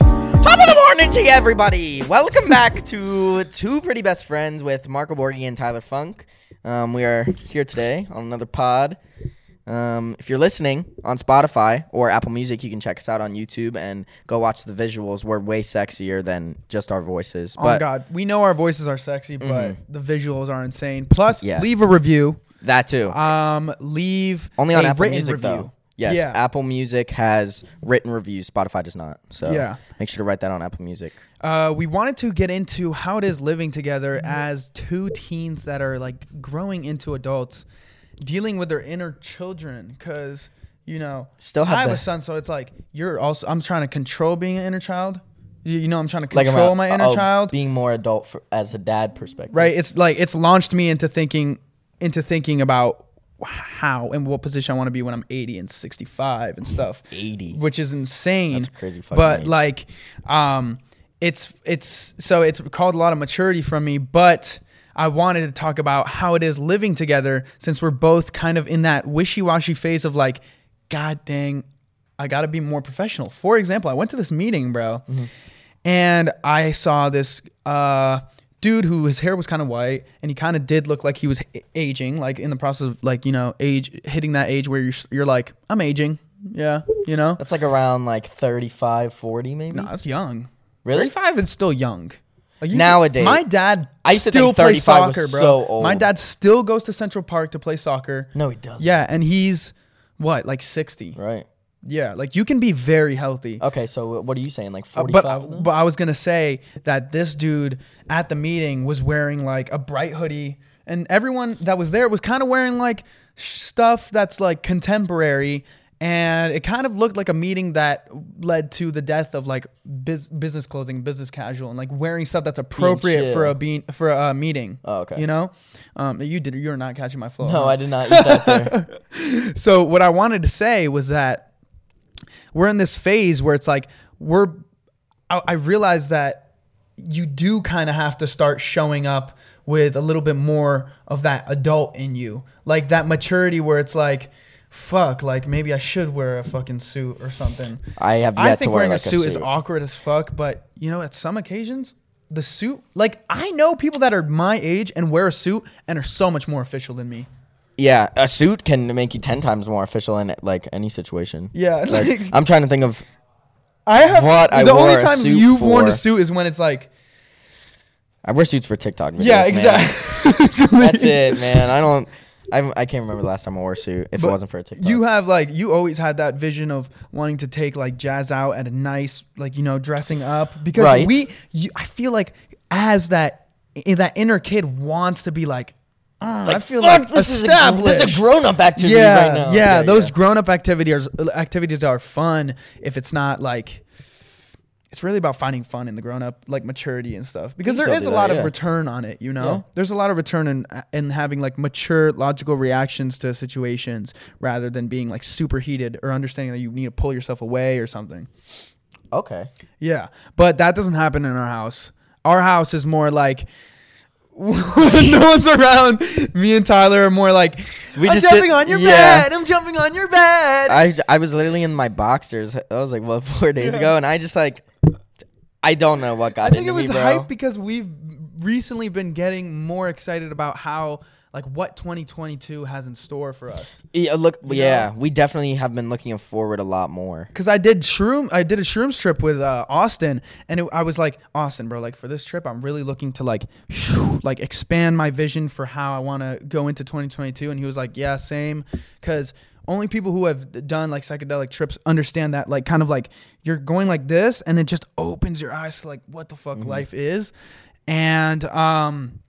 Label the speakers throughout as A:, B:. A: Top of the morning to you, everybody. Welcome back to Two Pretty Best Friends with Marco Borghi and Tyler Funk. Um, we are here today on another pod. Um, if you're listening on Spotify or Apple Music, you can check us out on YouTube and go watch the visuals. We're way sexier than just our voices.
B: Oh my
A: But Mm-hmm.
B: God, we know our voices are sexy, but the visuals are insane. Plus,
A: Yeah.
B: leave a review.
A: that too.
B: Um, leave
A: Only on
B: a
A: Apple
B: written
A: Music
B: review.
A: though. Yes,
B: Yeah.
A: Apple Music has written reviews. Spotify does not. So
B: Yeah.
A: make sure to write that on Apple Music.
B: Uh, we wanted to get into how it is living
A: Mm-hmm.
B: together as two teens that are like growing into adults, dealing with their inner children. Because you know,
A: Still have
B: I have
A: the-
B: a son, so it's like you're also. I'm trying to control being an inner child. You, you know, I'm trying to
A: Like I'm
B: control
A: a-
B: my inner
A: oh,
B: child.
A: being more adult for, as a dad perspective.
B: right it's like it's launched me into thinking into thinking about how and what position I want to be when I'm 80 and 65 and stuff
A: 80.
B: which is insane
A: That's crazy fucking
B: but
A: age.
B: like um it's it's so it's called a lot of maturity from me but I wanted to talk about how it is living together since we're both kind of in that wishy-washy phase of like god dang I got to be more professional for example I went to this meeting bro and I saw this uh, dude who his hair was kind of white, and he kind of did look like he was a- aging, like in the process of like you know age hitting that age where you're s- you're like I'm aging, yeah, you know.
A: That's like around like 35, 40 maybe.
B: No, that's young.
A: Really?
B: Thirty-five is still young. Are you-
A: Nowadays-
B: my dad
A: I used to
B: still
A: think
B: plays
A: 35 was
B: soccer, bro.
A: so old.
B: My dad still goes to Central Park to play soccer.
A: No, he doesn't.
B: Yeah, and he's what like sixty.
A: Right.
B: Yeah, like you can be very healthy.
A: Okay, so wh- what are you saying? Like
B: Uh,
A: 45?
B: but
A: then?
B: but I was gonna say that this dude at the meeting was wearing like a bright hoodie, and everyone that was there was kind of wearing like stuff that's like contemporary, and it kind of looked like a meeting that led to the death of like biz- business clothing, business casual, and like wearing stuff that's appropriate for
A: chill.
B: a bean for a meeting.
A: Oh, okay.
B: You know, um, you did you're not catching my flow.
A: no,
B: huh?
A: I did not eat that there.
B: so what I wanted to say was that we're in this phase where it's like we're I, I realize that you do kind of have to start showing up with a little bit more of that adult in you. Like that maturity where it's like fuck like maybe I should wear a fucking suit or something.
A: I have yet
B: I
A: to
B: think
A: wear,
B: wearing
A: like,
B: a
A: a
B: suit is
A: suit.
B: awkward as fuck, but you know at some occasions the suit like I know people that are my age and wear a suit and are so much more official than me.
A: Yeah, a suit can make you 10 times more official in like any situation.
B: Yeah,
A: Like,
B: like-
A: I'm trying to think of
B: I have
A: What I
B: the
A: wore
B: only
A: a
B: time
A: suit
B: you've worn a
A: for.
B: suit is when it's like
A: I wear suits for TikTok videos.
B: yeah
A: man.
B: exactly
A: That's it, man. I don't I I can't remember the last time I wore a suit if it
B: But
A: wasn't for a TikTok.
B: you have like you always had that vision of wanting to take like jazz out at a nice like you know dressing up because
A: Right.
B: we you, I feel like as that in that inner kid wants to be like, "Ah, I feel
A: Fuck,
B: like
A: this is a-
B: established.
A: this is a grown-up activity
B: yeah,
A: right now.
B: Yeah, those grown-up activities are, activities are fun if it's not like it's really about finding fun in the grown-up like maturity and stuff
A: can
B: because there
A: still
B: is
A: do
B: a
A: that,
B: lot
A: yeah.
B: of return on it, you know.
A: Yeah.
B: There's a lot of return in in having like mature logical reactions to situations rather than being like super heated or understanding that you need to pull yourself away or something.
A: Okay.
B: Yeah, but that doesn't happen in our house. Our house is more like when no one's around. Me and Tyler are more like
A: We
B: I'm
A: just
B: jumping
A: did-
B: on your
A: yeah.
B: bed. I'm jumping on your bed.
A: I I was literally in my boxers. That was like what 4 days ago and I just like I don't know what got
B: I think
A: into
B: it was
A: me, bro.
B: hype because we've recently been getting more excited about how like what 2022 has in store for us.
A: Yeah, look,
B: know?
A: yeah, we definitely have been looking forward a lot more.
B: Cause I did shroom, I did a shrooms trip with uh, Austin, and it, I was like, Austin, bro, like for this trip, I'm really looking to like, phew, like expand my vision for how I want to go into 2022. And he was like, Yeah, same. Cause only people who have done like psychedelic trips understand that, like, kind of like you're going like this, and it just opens your eyes to like what the fuck life is, and um,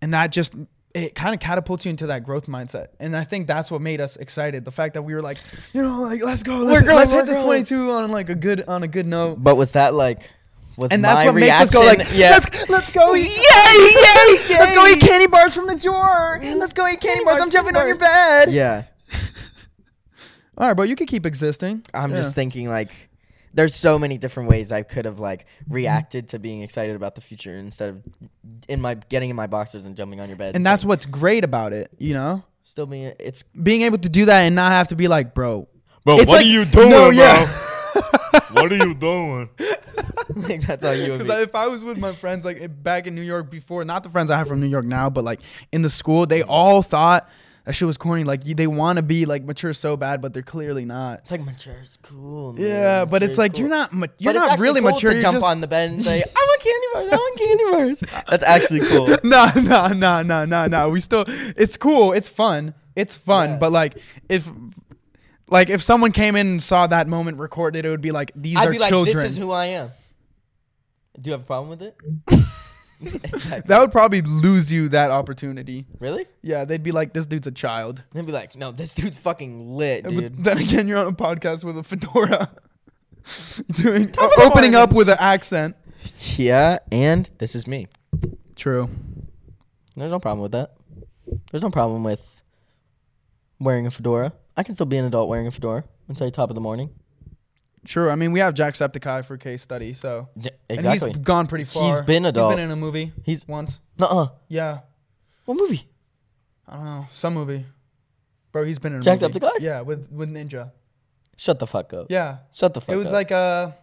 B: and that just it kind of catapults you into that growth mindset and i think that's what made us excited the fact that we were like you know like let's go let's,
A: growing,
B: let's hit
A: we're
B: this
A: growing.
B: 22 on like a good on a good note
A: But was that like, was
B: and that's
A: my
B: what
A: reaction,
B: makes us go like
A: yeah,
B: let's let's go eat,
A: Yay, yay,
B: let's go
A: yay.
B: eat candy bars from the drawer let's go eat candy, bars, i'm
A: bars,
B: jumping
A: candy
B: on your
A: bars.
B: bed
A: yeah.
B: all right bro you could keep existing
A: I'm
B: Yeah.
A: just thinking like, there's so many different ways I could have like reacted to being excited about the future instead of in my getting in my boxers and jumping on your bed.
B: and that's
A: saying-
B: what's great about it you know
A: still being it's
B: being able to do that and not have to be like bro
C: Bro,
B: It's
C: what
B: like-
C: are you doing,
B: no,
C: bro?
B: yeah.
C: what are you doing?
A: like that's how you would
B: Because
A: be.
B: if I was with my friends like in- back in New York before, not the friends I have from New York now, but like in the school, they
A: Mm.
B: all thought that shit was corny. Like you- they want to be like mature so bad, but they're clearly not.
A: It's like mature is cool. Man.
B: Yeah, but it's
A: Mature's
B: like
A: cool.
B: you're not ma-
A: But
B: you're
A: it's
B: not
A: actually
B: really
A: cool
B: mature.
A: To
B: you're
A: jump
B: just-
A: on the bed and say, "I want candy bars. I want candy bars." That's actually cool.
B: no, no, no, no, no, no. We still, it's cool. It's fun. It's fun.
A: Yeah.
B: But like, if, like, if someone came in and saw that moment recorded, it would be like, these
A: I'd
B: are
A: be like,
B: children.
A: "This is who I am." Do you have a problem with it? exactly.
B: that would probably lose you that opportunity.
A: Really?
B: Yeah, they'd be like, this dude's a child.
A: They'd be like, "No, this dude's fucking lit,
B: Yeah, but
A: dude."
B: then again, you're on a podcast with a fedora, doing uh,
A: of the
B: opening
A: morning.
B: up with an accent.
A: Yeah, and this is me.
B: True.
A: There's no problem with that. There's no problem with wearing a fedora. I can still be an adult wearing a fedora until top of the morning.
B: True. I mean, we have Jacksepticeye for case study, so
A: J-
B: and
A: exactly.
B: he's gone pretty far.
A: been adult.
B: He's been in a movie.
A: He's-
B: once.
A: Nuh-uh.
B: Yeah.
A: What movie?
B: I don't know some movie. Bro, he's been in a movie.
A: Jacksepticeye?
B: Yeah, with with Ninja.
A: Shut the fuck up.
B: Yeah.
A: Shut the fuck up.
B: It was like a.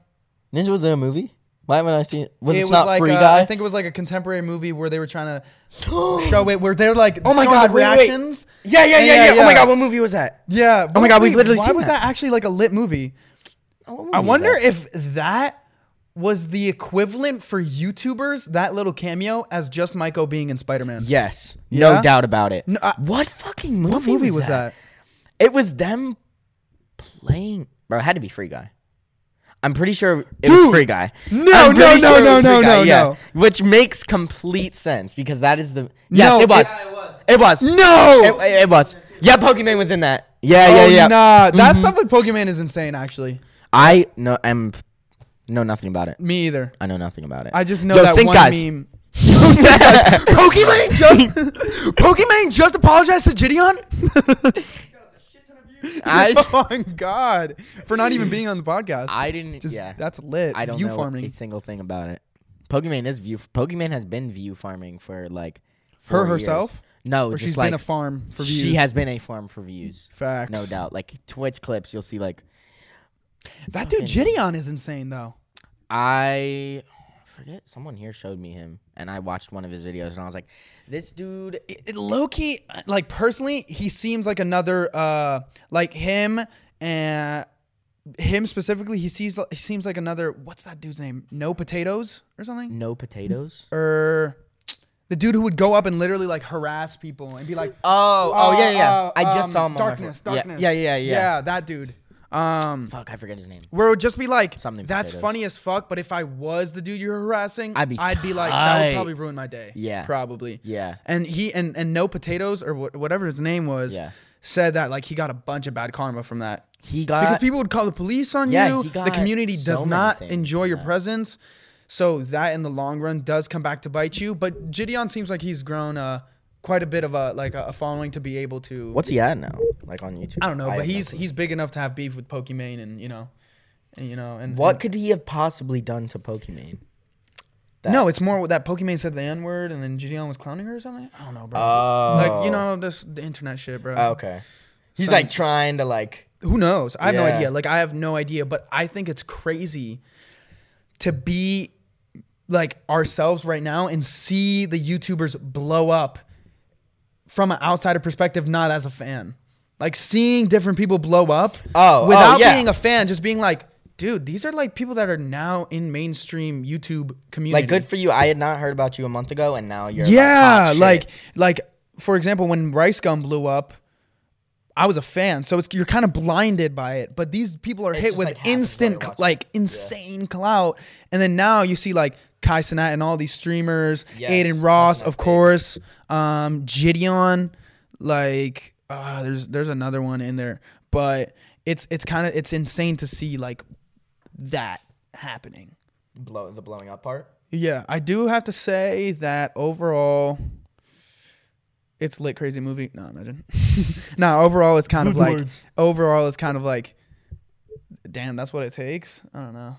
A: Ninja was in a movie. Why haven't I seen it? Was uh,
B: it
A: it
B: was
A: not
B: like
A: Free
B: a-
A: Guy?
B: I think it was like a contemporary movie where they were trying to show it. Where they're like,
A: Oh my
B: showing
A: God,
B: the
A: wait, wait, wait.
B: reactions.
A: yeah, yeah,
B: Yeah, yeah, Oh yeah.
A: what movie was that?
B: Yeah.
A: Oh my
B: what
A: God, we've
B: movie-
A: literally
B: why
A: seen
B: was
A: that.
B: that actually like a lit movie?
A: Oh, what movie
B: I
A: was
B: wonder
A: that?
B: if that was the equivalent for YouTubers that little cameo as just Michael being in Spider Man.
A: Yes, no
B: Yeah?
A: doubt about it.
B: I-
A: what fucking movie,
B: What movie was that?
A: It was them playing. Bro, it had to be Free Guy. I'm pretty sure it was
B: Dude!
A: Free Guy.
B: No,
A: I'm
B: no,
A: pretty
B: no,
A: it
B: no,
A: was
B: no,
A: Free
B: no, no.
A: Which makes complete sense because that is the. Yes,
B: No,
A: it was.
B: it-
A: It was.
B: No.
A: It, it was. Yeah, Pokemon was in that. Yeah, yeah,
B: oh,
A: yeah. Mm-hmm.
B: Nah, that stuff with Pokemon is insane. Actually,
A: I know. I'm know nothing about it.
B: me either.
A: I know nothing about it.
B: I just know
A: Yo,
B: that
A: sync
B: one
A: guys.
B: meme. Pokemon just Pokemon just apologized to Gideon.
A: I,
B: oh my god, for not even being on the podcast.
A: I didn't.
B: just
A: yeah,
B: that's lit.
A: I don't
B: View
A: know
B: farming.
A: a single thing about it. Pokemon is view. Pokemon has been view farming for like
B: Her
A: four years.
B: herself?
A: No,
B: Or
A: just
B: she's
A: like
B: been a farm for views.
A: she has been a farm for views.
B: facts.
A: No doubt. Like Twitch clips, you'll see. Like
B: That dude Gideon is insane though.
A: I forget someone here showed me him, and I watched one of his videos, and I was like, this dude.
B: it, low key, like personally, he seems like another uh like him and him specifically. He sees he seems like another what's that dude's name? No potatoes or something
A: No potatoes.
B: or. The dude who would go up and literally like harass people and be like,
A: Oh, oh, yeah, yeah.
B: uh,
A: I just
B: um,
A: saw him. on my
B: Darkness,
A: phone. Yeah,
B: darkness.
A: Yeah, yeah, yeah,
B: yeah, that dude. Um,
A: Fuck, I forget his name.
B: where it would just be like,
A: Something
B: that's
A: potatoes.
B: funny as fuck. But if I was the dude you're harassing,
A: I'd be
B: like, that would
A: tight.
B: probably ruin my day.
A: Yeah.
B: probably.
A: Yeah.
B: And he and and no potatoes or wh- whatever his name was.
A: Yeah.
B: Said that like he got a bunch of bad karma from that
A: He got
B: because people would call the police on
A: Uh, Yeah,
B: you.
A: he
B: the
A: got
B: community
A: so
B: does
A: many
B: not
A: things
B: enjoy
A: from
B: your
A: that.
B: presence. So that in the long run does come back to bite you. But Gideon seems like he's grown uh, quite a bit of a like a, a following to be able to.
A: What's he at now? Like on YouTube?
B: I don't know,
A: have
B: but
A: no
B: he's
A: clue.
B: he's big enough to have beef with Pokimane and you know, and you know, and
A: What
B: and-
A: could he have possibly done to Pokemon? that?
B: no, it's more that Pokimane said the N word and then Gideon was clowning her or something. I don't know, bro.
A: Oh.
B: like you know, this the internet shit, bro.
A: Okay. He's
B: Some-
A: like trying to like.
B: who knows? I have no
A: Yeah.
B: idea. Like I have no idea, but I think it's crazy to be like ourselves right now and see the YouTubers blow up from an outsider perspective, not as a fan. Like seeing different people blow up
A: Oh, oh,
B: without
A: yeah.
B: being a fan, just being like, dude, these are like people that are now in mainstream YouTube community.
A: Like, good for you. I had not heard about you a month ago, and now you're like,
B: yeah,
A: hot shit.
B: like like for example, when Rice Gum blew up, I was a fan, so it's you're kind of blinded by it. But these people are hit
A: just,
B: with
A: like, happens while you're
B: instant, cl-
A: watching.
B: like insane clout, and then now you see like Kai Sinat and all these streamers,
A: Yes,
B: Aiden Ross,
A: that's my
B: of
A: favorite.
B: course, um, Gideon, like uh, there's there's another one in there, but it's it's kind of it's insane to see like that happening.
A: blow the blowing up part.
B: Yeah, I do have to say that overall, it's lit crazy movie. No, imagine. no, overall it's kind of
C: Good
B: like
C: words.
B: overall it's kind of like, damn, that's what it takes. I don't know.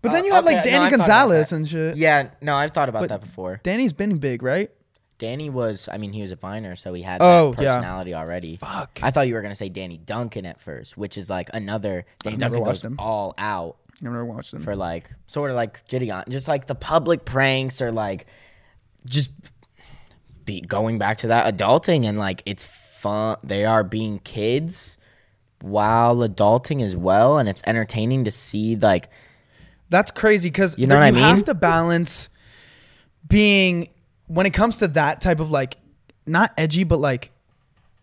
B: But
A: Uh,
B: then you have like
A: okay, no,
B: Danny
A: I've thought about
B: Gonzalez
A: that.
B: and shit.
A: Yeah, no, I've thought about
B: But-
A: that before.
B: Danny's been big, right?
A: Danny was, I mean, he was a Viner, so he had
B: Oh,
A: that
B: yeah.
A: personality already.
B: Fuck.
A: I thought you were gonna say Danny Duncan at first, which is like another Danny
B: never
A: Duncan goes
B: watched him.
A: all out
B: I've never watched them.
A: for like sort of like Gideon, just like the public pranks or like just be going back to that adulting and like it's fun. They are being kids while adulting as well, and it's entertaining to see like
B: That's crazy because
A: You know what I
B: You have
A: mean?
B: to balance being when it comes to that type of like not edgy, but like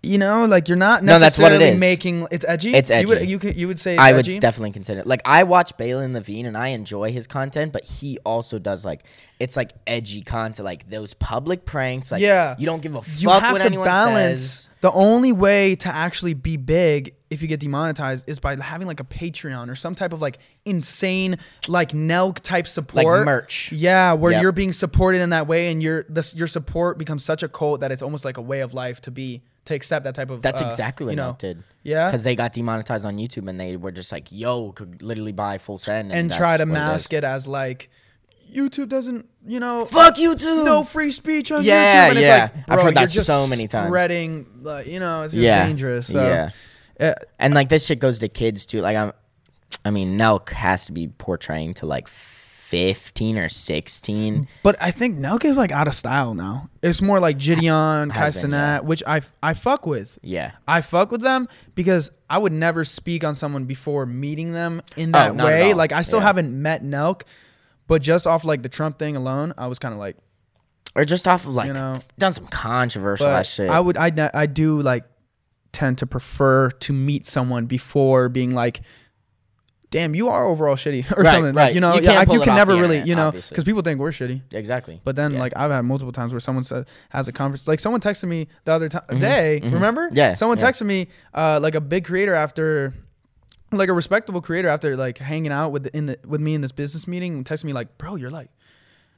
B: you know, like you're not
A: No, that's what
B: necessarily
A: it is.
B: making it's edgy.
A: It's
B: You would
A: edgy.
B: you, could, you would say it's
A: I would
B: edgy?
A: definitely consider. Like I watch Balin Levine and I enjoy his content, but he also does like it's like edgy content, like those public pranks. Like
B: yeah,
A: you don't give a
B: You
A: fuck
B: have
A: what
B: to
A: anyone
B: balance.
A: says.
B: The only way to actually be big if you get demonetized is by having like a Patreon or some type of like insane like Nelk type support
A: merch.
B: Yeah, where
A: Yep.
B: you're being supported in that way, and your this, your support becomes such a cult that it's almost like a way of life to be to accept that type of.
A: That's
B: uh,
A: exactly what
B: you know,
A: Nelk did.
B: Yeah.
A: because they got demonetized on YouTube and they were just like, "Yo, could literally buy full send
B: and try
A: that's
B: to
A: what it is.
B: mask it as like YouTube doesn't, you know,
A: Fuck YouTube.
B: no free speech on
A: Yeah,
B: YouTube. And
A: yeah.
B: it's like,
A: I've
B: bro,
A: heard
B: you're
A: that
B: just
A: so many times.
B: Spreading, like, you know, it's just
A: Yeah,
B: dangerous. So.
A: yeah.
B: Uh,
A: And like this shit goes to kids too. Like I'm, I mean, Nelk has to be portraying to like fifteen or sixteen.
B: But I think Nelk is like out of style now. It's more like Gideon, Kai
A: Has been, yeah.
B: Cenat, which I I fuck with.
A: Yeah.
B: I fuck with them because I would never speak on someone before meeting them in that
A: Oh, not at
B: way.
A: all.
B: Like I still
A: Yeah.
B: haven't met Nelk, but just off like the Trump thing alone, I was kind of like,
A: or just off of like
B: You know?
A: done some controversial
B: but
A: ass shit.
B: I would I ne- I do like tend to prefer to meet someone before being like. Damn, you are overall shitty or
A: Right,
B: something. Like,
A: right.
B: you know,
A: You
B: yeah,
A: can't
B: like,
A: pull
B: you
A: it
B: can
A: off
B: never
A: the
B: really,
A: internet,
B: you know,
A: obviously.
B: because people think we're shitty.
A: exactly.
B: But then,
A: Yeah.
B: like, I've had multiple times where someone said has a conference. Like, someone texted me the other time day. Remember?
A: Mm-hmm. Yeah,
B: Someone
A: yeah.
B: texted me, uh, like a big creator after, like a respectable creator after like hanging out with the, in the with me in this business meeting, and texted me like, bro, you're like.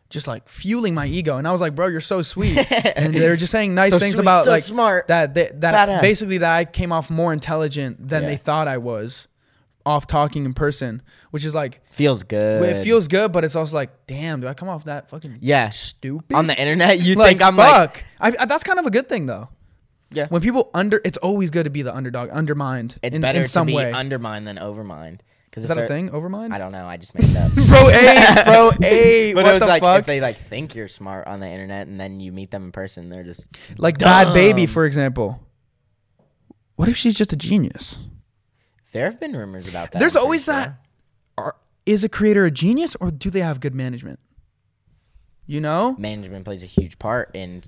B: Just like fueling my ego, and I was like, "Bro, you're so sweet." and they were just saying nice
A: So
B: things
A: sweet,
B: about
A: so
B: like
A: smart,
B: that that, that
A: badass.
B: basically that I came off more intelligent than
A: Yeah.
B: they thought I was, off talking in person, which is like
A: feels good.
B: it feels good, but it's also like, damn, do I come off that fucking
A: yeah
B: stupid?
A: on the internet. You
B: like,
A: think I'm like
B: fuck. I, I, that's kind of a good thing though.
A: Yeah.
B: When people under, it's always good to be the underdog, undermined.
A: it's
B: in,
A: better
B: in some
A: to be
B: way.
A: undermined than overmined. Because
B: Is that a thing? Overmind.
A: I don't know. I just made it up.
B: Bro, hey, bro, hey.
A: But
B: what
A: it was
B: the
A: like
B: fuck?
A: if they like think you're smart on the internet and then you meet them in person, they're just
B: like bad baby,
A: dumb.
B: for example. What if she's just a genius?
A: there have been rumors about that.
B: There's
A: I'm pretty
B: always
A: sure.
B: that. Are, is a creator a genius or do they have good management? You know.
A: management plays a huge part in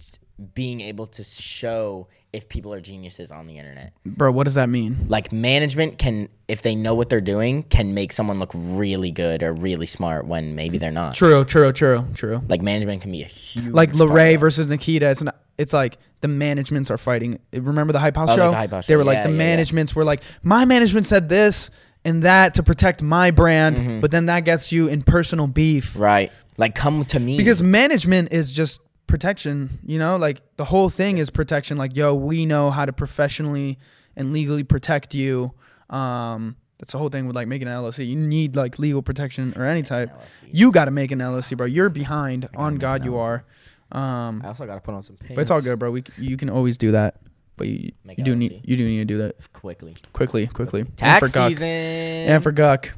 A: being able to show if people are geniuses on the internet.
B: Bro, what does that mean?
A: like management can if they know what they're doing can make someone look really good or really smart when maybe they're not
B: True, true, true, true.
A: like management can be a huge
B: like Larray versus Nikita. It's not, it's like the managements are fighting. Remember the hype house
A: Oh, like
B: show?
A: the Hype House
B: they
A: show.
B: were like
A: Yeah,
B: the
A: yeah, yeah.
B: managements were like my management said this and that to protect my brand, but then that gets you in personal beef
A: Mm-hmm. right like come to me
B: because management is just protection. You know, like the whole thing is protection. Like yo, we know how to professionally and legally protect you. Um, that's the whole thing with like making an LLC. You need like legal protection or any type. You got to make an LLC, bro. You're behind. On God, you are. Um,
A: i also gotta put on some pants
B: but it's all good, bro. We c- you can always do that, but you
A: Make
B: you
A: it
B: do
A: easy.
B: need you do need to do that
A: quickly
B: quickly, quickly.
A: tax
B: and for guck.
A: season
B: and for guck.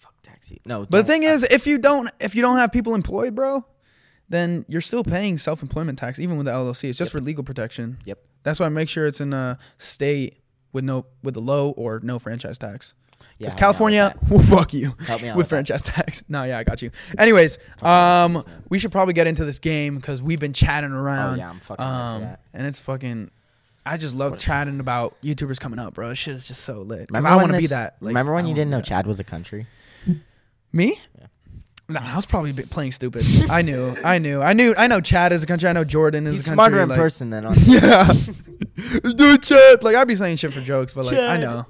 A: Fuck tax season. no
B: But the
A: don't.
B: thing is, if you don't if you don't have people employed, bro, then you're still paying self-employment tax even with the LLC. It's just for legal protection.
A: Yep.
B: That's why I make sure it's in a state with no with a low or no franchise tax.
A: Yeah,
B: Because
A: help me out with
B: California,
A: that.
B: will fuck you
A: Help me out
B: with
A: with that.
B: franchise tax. No, yeah, I got you. Anyways, um, we should probably get into this game because we've been chatting around.
A: Oh,
B: um,
A: yeah, I'm fucking ready for that.
B: And it's fucking. I just love chatting about YouTubers coming up, bro. This Shit is just so lit. 'Cause
A: Remember
B: I
A: when
B: want to be
A: this-
B: that. like,
A: remember when
B: I
A: you
B: wanna
A: didn't
B: be
A: know
B: that.
A: Chad was a country?
B: Me? No, I was probably bi- playing stupid. I knew. I knew. I knew. I know Chad is a country. I know Jordan is
A: He's
B: a country.
A: smarter in
B: like-
A: person than on.
B: Yeah. Dude, Chad. Like, I'd be saying shit for jokes, but like, I
A: Chad.
B: know.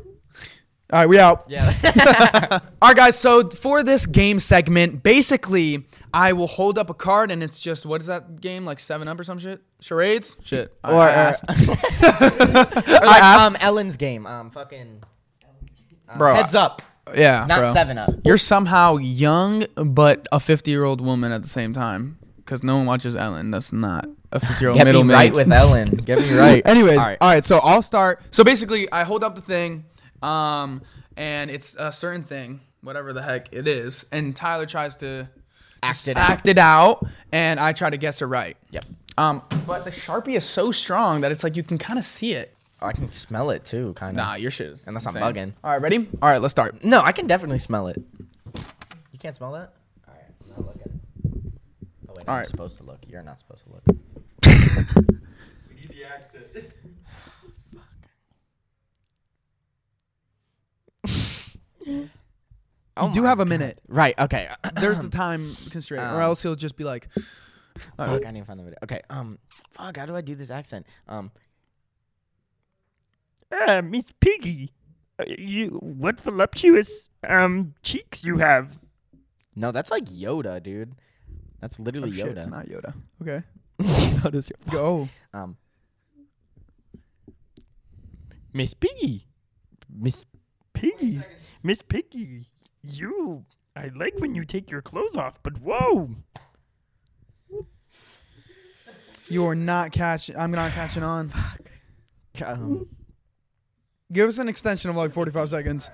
B: All right, we out.
A: yeah.
B: All right, guys. So for this game segment, basically, I will hold up a card, and it's just what is that game like? Seven Up or some shit? Charades? Shit. I-
A: or
B: I
A: uh,
B: asked.
A: or like,
B: asked-
A: um Ellen's game. Um fucking um,
B: Bro,
A: Heads up,
B: yeah,
A: not
B: bro.
A: seven up.
B: You're somehow young, but a 50 year old woman at the same time, because no one watches Ellen. That's not a 50 year old
A: Get me
B: middle
A: right
B: mate.
A: with Ellen. Get me right.
B: Anyways, uh,
A: All
B: all
A: right.
B: right. So I'll start. So basically, I hold up the thing, um, and it's a certain thing, whatever the heck it is, and Tyler tries to
A: Act it
B: act it out, and I try to guess it right.
A: Yep.
B: Um, but the sharpie is so strong that it's like you can kind of see it.
A: Oh, I can smell it too, kind of.
B: Nah, your shit. Is
A: Unless I'm bugging.
B: All right, ready? All right, let's start.
A: No, I can definitely smell it. You can't smell that? All right, I'm not looking. Oh wait, I'm
B: right.
A: supposed to look. You're not supposed to look. Oh
B: you do have a minute.
A: Right. Okay.
B: There's the time constraint, or
A: Um,
B: else he'll just be like,
A: fuck. I need to find the video. Okay. Um. Fuck. How do I do this accent? Um.
D: Ah, Miss Piggy, uh, you what voluptuous um cheeks you have.
A: No, that's like Yoda, dude. That's
B: oh,
A: literally
B: shit, it's
A: Yoda.
B: not Yoda. Okay,
A: Yoda's your-
B: go.
A: Um.
D: Miss Piggy,
A: Miss.
D: Piggy, Miss Piggy, you. I like when you take your clothes off, but whoa,
B: You are not catching. I'm not catching on.
A: Um,
B: Give us an extension of like 45 seconds.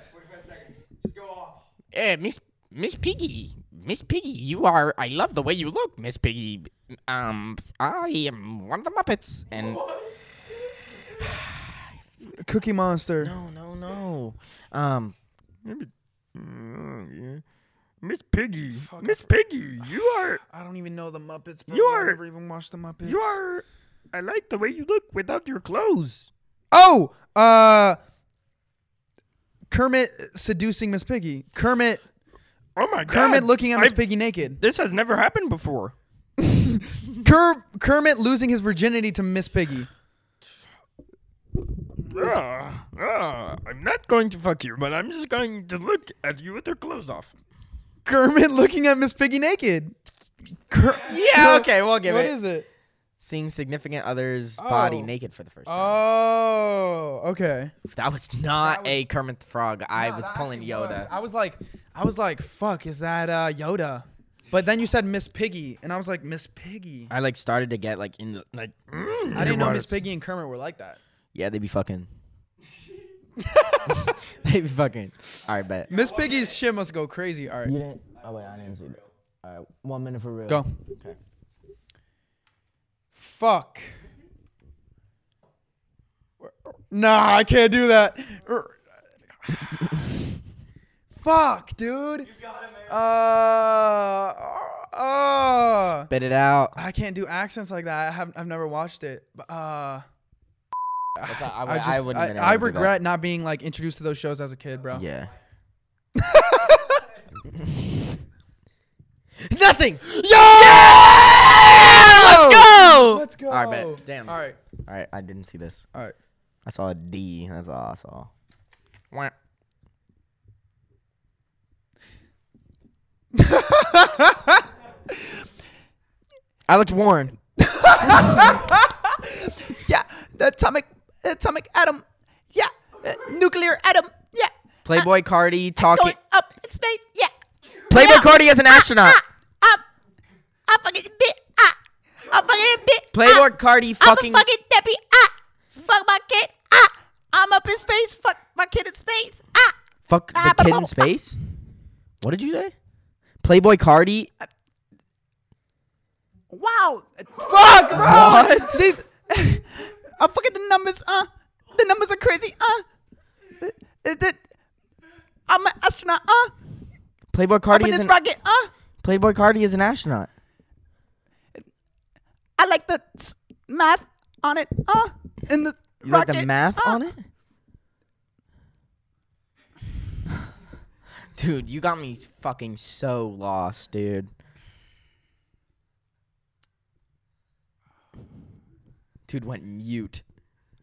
D: eh, Miss Miss Piggy, Miss Piggy, you are. I love the way you look, Miss Piggy. Um, I am one of the Muppets, and
B: Cookie Monster.
A: no, no, no. Um.
D: Miss Piggy, Miss Piggy, you are.
B: I don't even know the Muppets. Bro.
D: You
B: I
D: are-
B: never even watched the Muppets.
D: You are. I like the way you look without your clothes.
B: Oh, uh, Kermit seducing Miss Piggy. Kermit,
D: Oh my god.
B: Kermit looking at Miss
D: I-
B: Piggy naked.
D: This has never happened before.
B: Ker- Kermit losing his virginity to Miss Piggy.
D: Ugh, ugh, I'm not going to fuck you, but I'm just going to look at you with your clothes off.
B: Kermit looking at Miss Piggy naked. Ker-
D: Ah,
A: Yeah. Okay. We'll give
B: What
A: it.
B: is it?
A: Seeing significant other's body
B: Oh.
A: naked for the first time.
B: Oh, okay.
A: That was not
B: That was-
A: a Kermit the Frog. I
B: Nah,
A: was
B: that
A: pulling
B: actually was.
A: Yoda.
B: I was like, I was like, fuck, is that uh, Yoda? But then you said Miss Piggy, and I was like, Miss Piggy.
A: I like started to get like in the like. mm,
B: I didn't know Miss
A: underwaters.
B: Piggy and Kermit were like that.
A: Yeah, they be fucking. they be fucking. All right, bet.
B: Miss Piggy's shit must go crazy. All right,
A: You didn't. Oh wait, I didn't see that. All right, one minute for real.
B: go.
A: Okay.
B: Fuck. Nah, I can't do that. Er- Fuck, dude. Uh, uh,
A: Spit it out.
B: I can't do accents like that. I have I've never watched it. But uh,
A: That's, I, I,
B: I
A: would-
B: just
A: I
B: I,
A: wouldn't. have been able
B: I
A: to do that.
B: regret not being like introduced to those shows as a kid, bro.
A: Yeah. Nothing. Yo! Let's go.
B: Let's go.
A: All right, bet. Damn.
B: All right.
A: All right, I didn't see this.
B: All right.
A: I saw a D. That's all I saw.
D: Wah.
A: I looked Warren.
B: Yeah, the atomic atomic atom. Yeah, nuclear atom. Yeah,
A: Playboy Cardi talking.
B: up in space. Yeah. Ah,
A: Playboy Cardi as an astronaut.
E: I'm, I'm fucking a bit. Ah, I'm fucking a bit. ah.
A: Playboy Cardi
E: I'm
A: fucking.
E: a fucking deppy. Ah, fuck my kid. Ah, I'm up in space. Fuck my kid in space. Ah,
A: Fuck the
E: Ah, but
A: kid in
E: I won't-
A: space. What did you say? Playboy Cardi.
E: Wow. Fuck, bro. These, I forget the numbers. Uh, the numbers are crazy. Uh, Uh, the- I'm an astronaut. Uh,
A: Playboy
E: up
A: Cardi
E: in
A: is
E: this
A: an,
E: rocket. Uh,
A: Playboy Cardi is an astronaut.
E: I like the s- math on it. Uh, in the
A: You
E: rocket.
A: like the math
B: Ah.
E: uh.
A: on it?
D: Dude, you got me
A: Fucking so lost, dude. Dude went mute.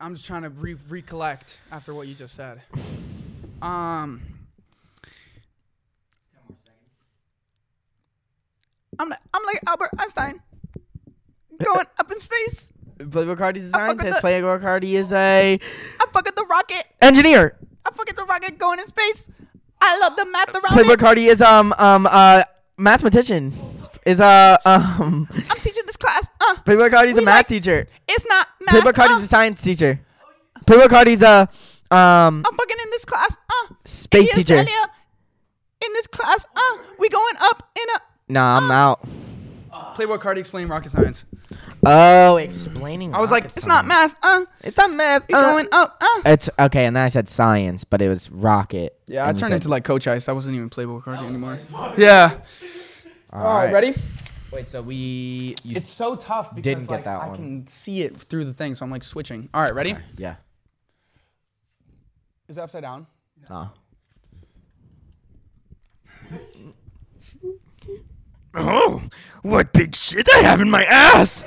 B: I'm just trying to re- recollect after what you just said. Um,
E: I'm like, I'm like Albert Einstein. Going up in space.
A: Playboy Cardi is a
E: I fucking
A: scientist.
E: thought-
A: Playboy Cardi is a
E: I fucking the rocket.
A: engineer.
E: I fucking the rocket going in space. I love the math around
A: Playboy
E: it.
A: Cardi is um um uh mathematician. Is a um
E: I'm teaching this class. Uh,
A: Playboy Cardi's a
E: We
A: math
E: like-
A: teacher.
E: it's not math.
A: Playboy
E: uh,
A: Cardi's a science teacher. Playboy Cardi's a um
E: I'm fucking in this class. Uh,
A: Space
E: Yes,
A: teacher.
E: Elia, In this class, uh, we going up in a.
A: Nah, I'm out.
B: Playboy Cardi explaining rocket science.
A: Oh, explaining.
B: I was like,
E: It's not math. Uh,
A: it's not math.
E: we going up. Uh,
A: It's okay, and then I said science, but it was rocket.
B: Yeah, I
A: And you
B: turned
A: said-
B: into like Coach Ice. I wasn't even Playboy Cardi anymore. Yeah. All right.
A: right.
B: Oh, ready?
A: Wait, so we you,
B: It's so tough because
A: Didn't get
B: like,
A: that
B: I
A: one.
B: can see it through the thing, so I'm like switching. All right, ready?
A: yeah.
B: Is it upside down?
A: No.
C: Oh, what big shit I have in my ass!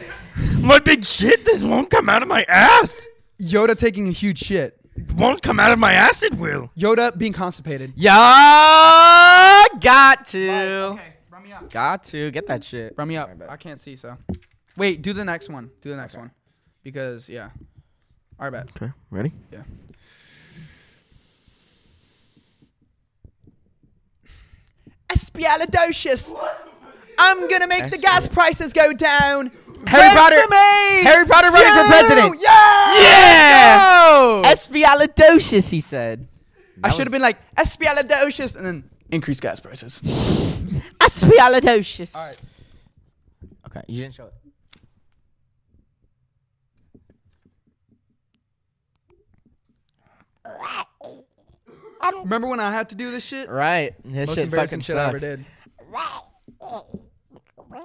C: What big shit? This won't come out of my ass!
B: Yoda taking a huge shit.
C: It won't come out of my ass, it will!
B: Yoda being constipated.
A: Yeah, got to.
B: run me up.
A: Got to get that shit.
B: Run me up. I can't see, so. Wait, do the next one. Do the next one. Because, yeah. All right, bet.
A: Okay, ready?
B: Yeah.
E: Espialidocious. I'm gonna make the gas prices go down.
A: Harry
E: Vote
A: Potter.
E: for me.
A: Harry Potter running for
E: Yeah,
A: president.
E: Yeah.
A: Yeah.
B: Oh!
A: Espialidocious, he said.
B: I should have been like, Espialidocious, and then increase gas prices.
A: Espialidocious.
B: All right.
A: Okay, you didn't show it.
B: Remember when I had to do this shit?
A: Right. This
B: Most
A: shit
B: embarrassing
A: fucking
B: shit
A: sucks.
B: I ever did.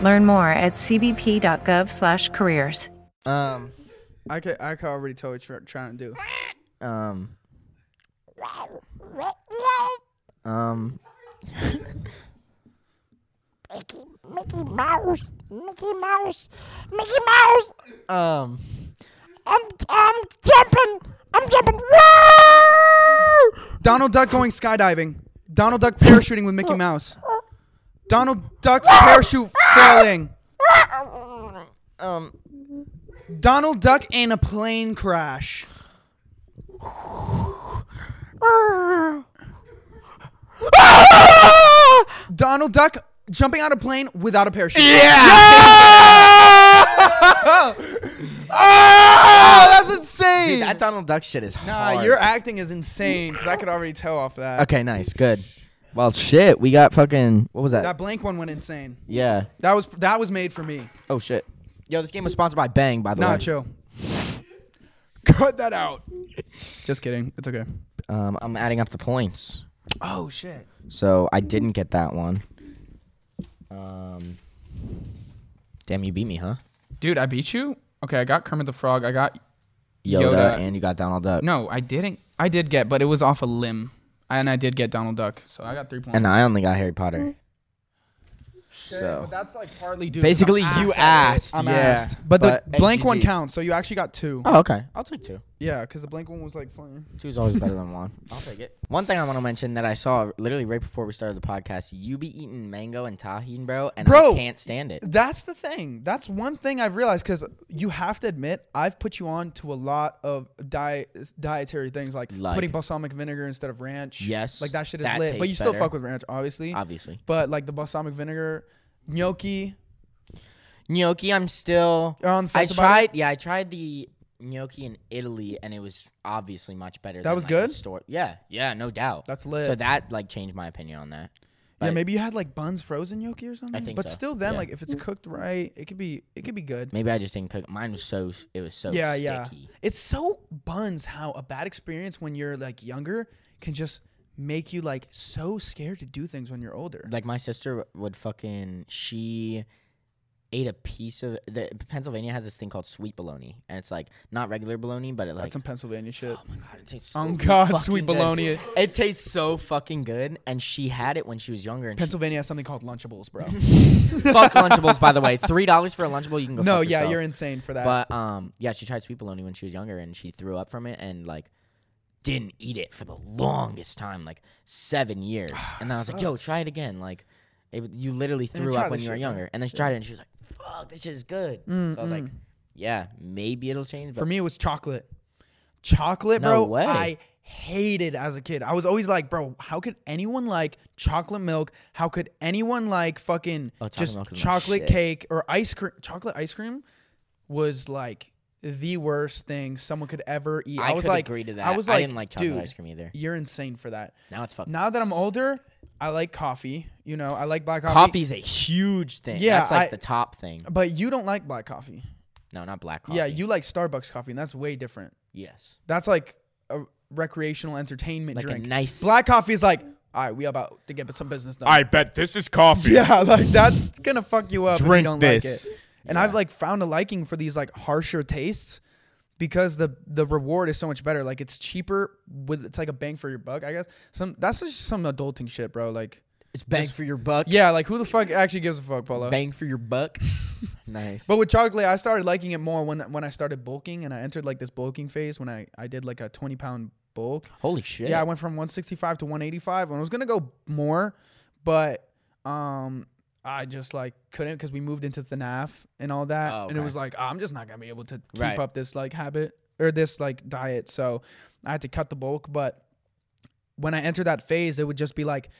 F: Learn more at cbp.gov/careers.
A: Um.
B: I could, I could already tell what you're trying to do.
A: Um. Um.
D: Mickey Mouse, Mickey Mouse, Mickey Mouse.
A: Um.
D: I'm I'm jumping. I'm jumping. Whoa!
B: Donald Duck going skydiving. Donald Duck parachuting with Mickey Mouse. Donald Duck's parachute falling.
A: Um.
B: Donald Duck and a plane crash. Donald Duck jumping out of plane without a parachute. Oh, that's insane.
A: Dude, that Donald Duck shit is
B: nah,
A: hard.
B: your acting is insane because I could already tell off that.
A: okay, nice, good. Well, shit, we got fucking. What was that?
B: That blank one went insane.
A: yeah.
B: That was that was made for me.
A: Oh shit. Yo, this game was sponsored by Bang, by the way.
B: Nah, chill. Cut that out. Just kidding. It's okay.
A: Um, I'm adding up the points,
B: Oh shit.
A: so I didn't get that one. Um. Damn, you beat me, huh?
G: Dude, I beat you? Okay, I got Kermit the Frog. I got.
A: Yoda,
G: Yoda.
A: and you got Donald Duck.
G: No, I didn't. I did get, but it was off a limb. And I did get Donald Duck. So I got three points.
A: And I only got Harry Potter. So
G: But that's like partly due.
A: basically, you asked.
B: I'm
A: yeah.
B: asked. But, the blank one
A: NGG.
B: counts, so you actually got two.
A: Oh, okay. I'll take two.
B: Yeah, because the blank one was like fine.
A: Two's always better than one. I'll take it. One thing I want to mention that I saw literally right before we started the podcast, you be eating mango and tahine, bro, and
B: Bro.
A: I can't stand it.
B: That's the thing. That's one thing I've realized because you have to admit I've put you on to a lot of diet dietary things like,
A: Like-
B: putting balsamic vinegar instead of ranch.
A: Yes,
B: like that shit is
A: that
B: lit. But
A: tastes
B: you still
A: better.
B: fuck with ranch, obviously.
A: Obviously,
B: but like the balsamic vinegar, gnocchi.
A: gnocchi. I'm still.
B: You're on the
A: I
B: fence about it?
A: tried. Yeah, I tried the gnocchi in Italy, and it was obviously much better.
B: That
A: than
B: was
A: like,
B: good?
A: The store. Yeah, yeah, no doubt.
B: That's lit.
A: So that like changed my opinion on that.
B: yeah,
A: like-
B: maybe you had like buns frozen gnocchi or something.
A: think
B: but
A: so.
B: still, then
A: Yeah.
B: like if it's cooked right, it could be it could be good.
A: Maybe I just didn't cook. Mine was so. It was so.
B: yeah,
A: sticky.
B: yeah. It's so buns how a bad experience when you're like younger can just make you like so scared to do things when you're older.
A: like my sister w- would fucking she ate a piece of the Pennsylvania has this thing called sweet bologna and it's like not regular bologna but it like
B: That's some Pennsylvania shit.
A: oh my god it tastes so
B: Oh God,
A: fucking good.
B: sweet bologna.
A: it tastes so fucking good and she had it when she was younger and
B: Pennsylvania has something called Lunchables, bro.
A: she fuck lunchables by the way three dollars for a lunchable you can go
B: no,
A: fuck
B: yeah,
A: yourself.
B: you're insane for that.
A: but um yeah she tried sweet bologna when she was younger and she threw up from it and like didn't eat it for the longest time like seven years and then i was like yo try it again like it, w- you literally threw
B: try
A: up when
B: this
A: you were
B: shit, Mm,
A: younger and then she tried it and she was like fuck this shit is good so i was like yeah maybe it'll change but
B: for me, it was chocolate. Chocolate,
A: No
B: bro.
A: way.
B: I hated as a kid. I was always like, bro, how could anyone like chocolate milk? How could anyone like fucking
A: Oh, chocolate
B: just
A: milk is my
B: chocolate
A: shit.
B: cake or ice cream? Chocolate ice cream was like the worst thing someone could ever eat. I,
A: I
B: was
A: could
B: like,
A: agree to that.
B: I was
A: I
B: like,
A: didn't like chocolate
B: dude,
A: ice cream either."
B: You're insane for that.
A: now it's fucking
B: Now that I'm older, I like coffee. You know, I like black coffee.
A: coffee's a huge thing
B: Yeah,
A: that's like
B: I-
A: the top thing
B: but you don't like black coffee.
A: no not black coffee
B: Yeah, you like Starbucks coffee, and that's way different.
A: yes
B: That's like a recreational entertainment
A: like
B: drink.
A: a nice
B: Black coffee is like, all right, we about to get some business done.
C: I bet this is coffee.
B: yeah, like that's gonna fuck you up if you
C: Drink
B: don't
C: this.
B: like it. And I've like found a liking for these like harsher tastes because the the reward is so much better. Like it's cheaper with it's like a bang for your buck, I guess. Some that's just some adulting shit, bro. Like
A: it's bang for your buck
B: yeah, like who the fuck actually gives a fuck, Polo?
A: bang for your buck nice
B: But with chocolate, I started liking it more when when I started bulking and I entered like this bulking phase when I I did like a twenty pound bulk.
A: holy shit
B: Yeah, I went from 165 to 185, and I was gonna go more, but um, I just like couldn't because we moved into FNAF and all that,
A: Oh,
B: and it
A: okay.
B: was like "Ah, I'm just not gonna be able to keep
A: Right.
B: up this like habit or this like diet, so I had to cut the bulk. But when I entered that phase, it would just be like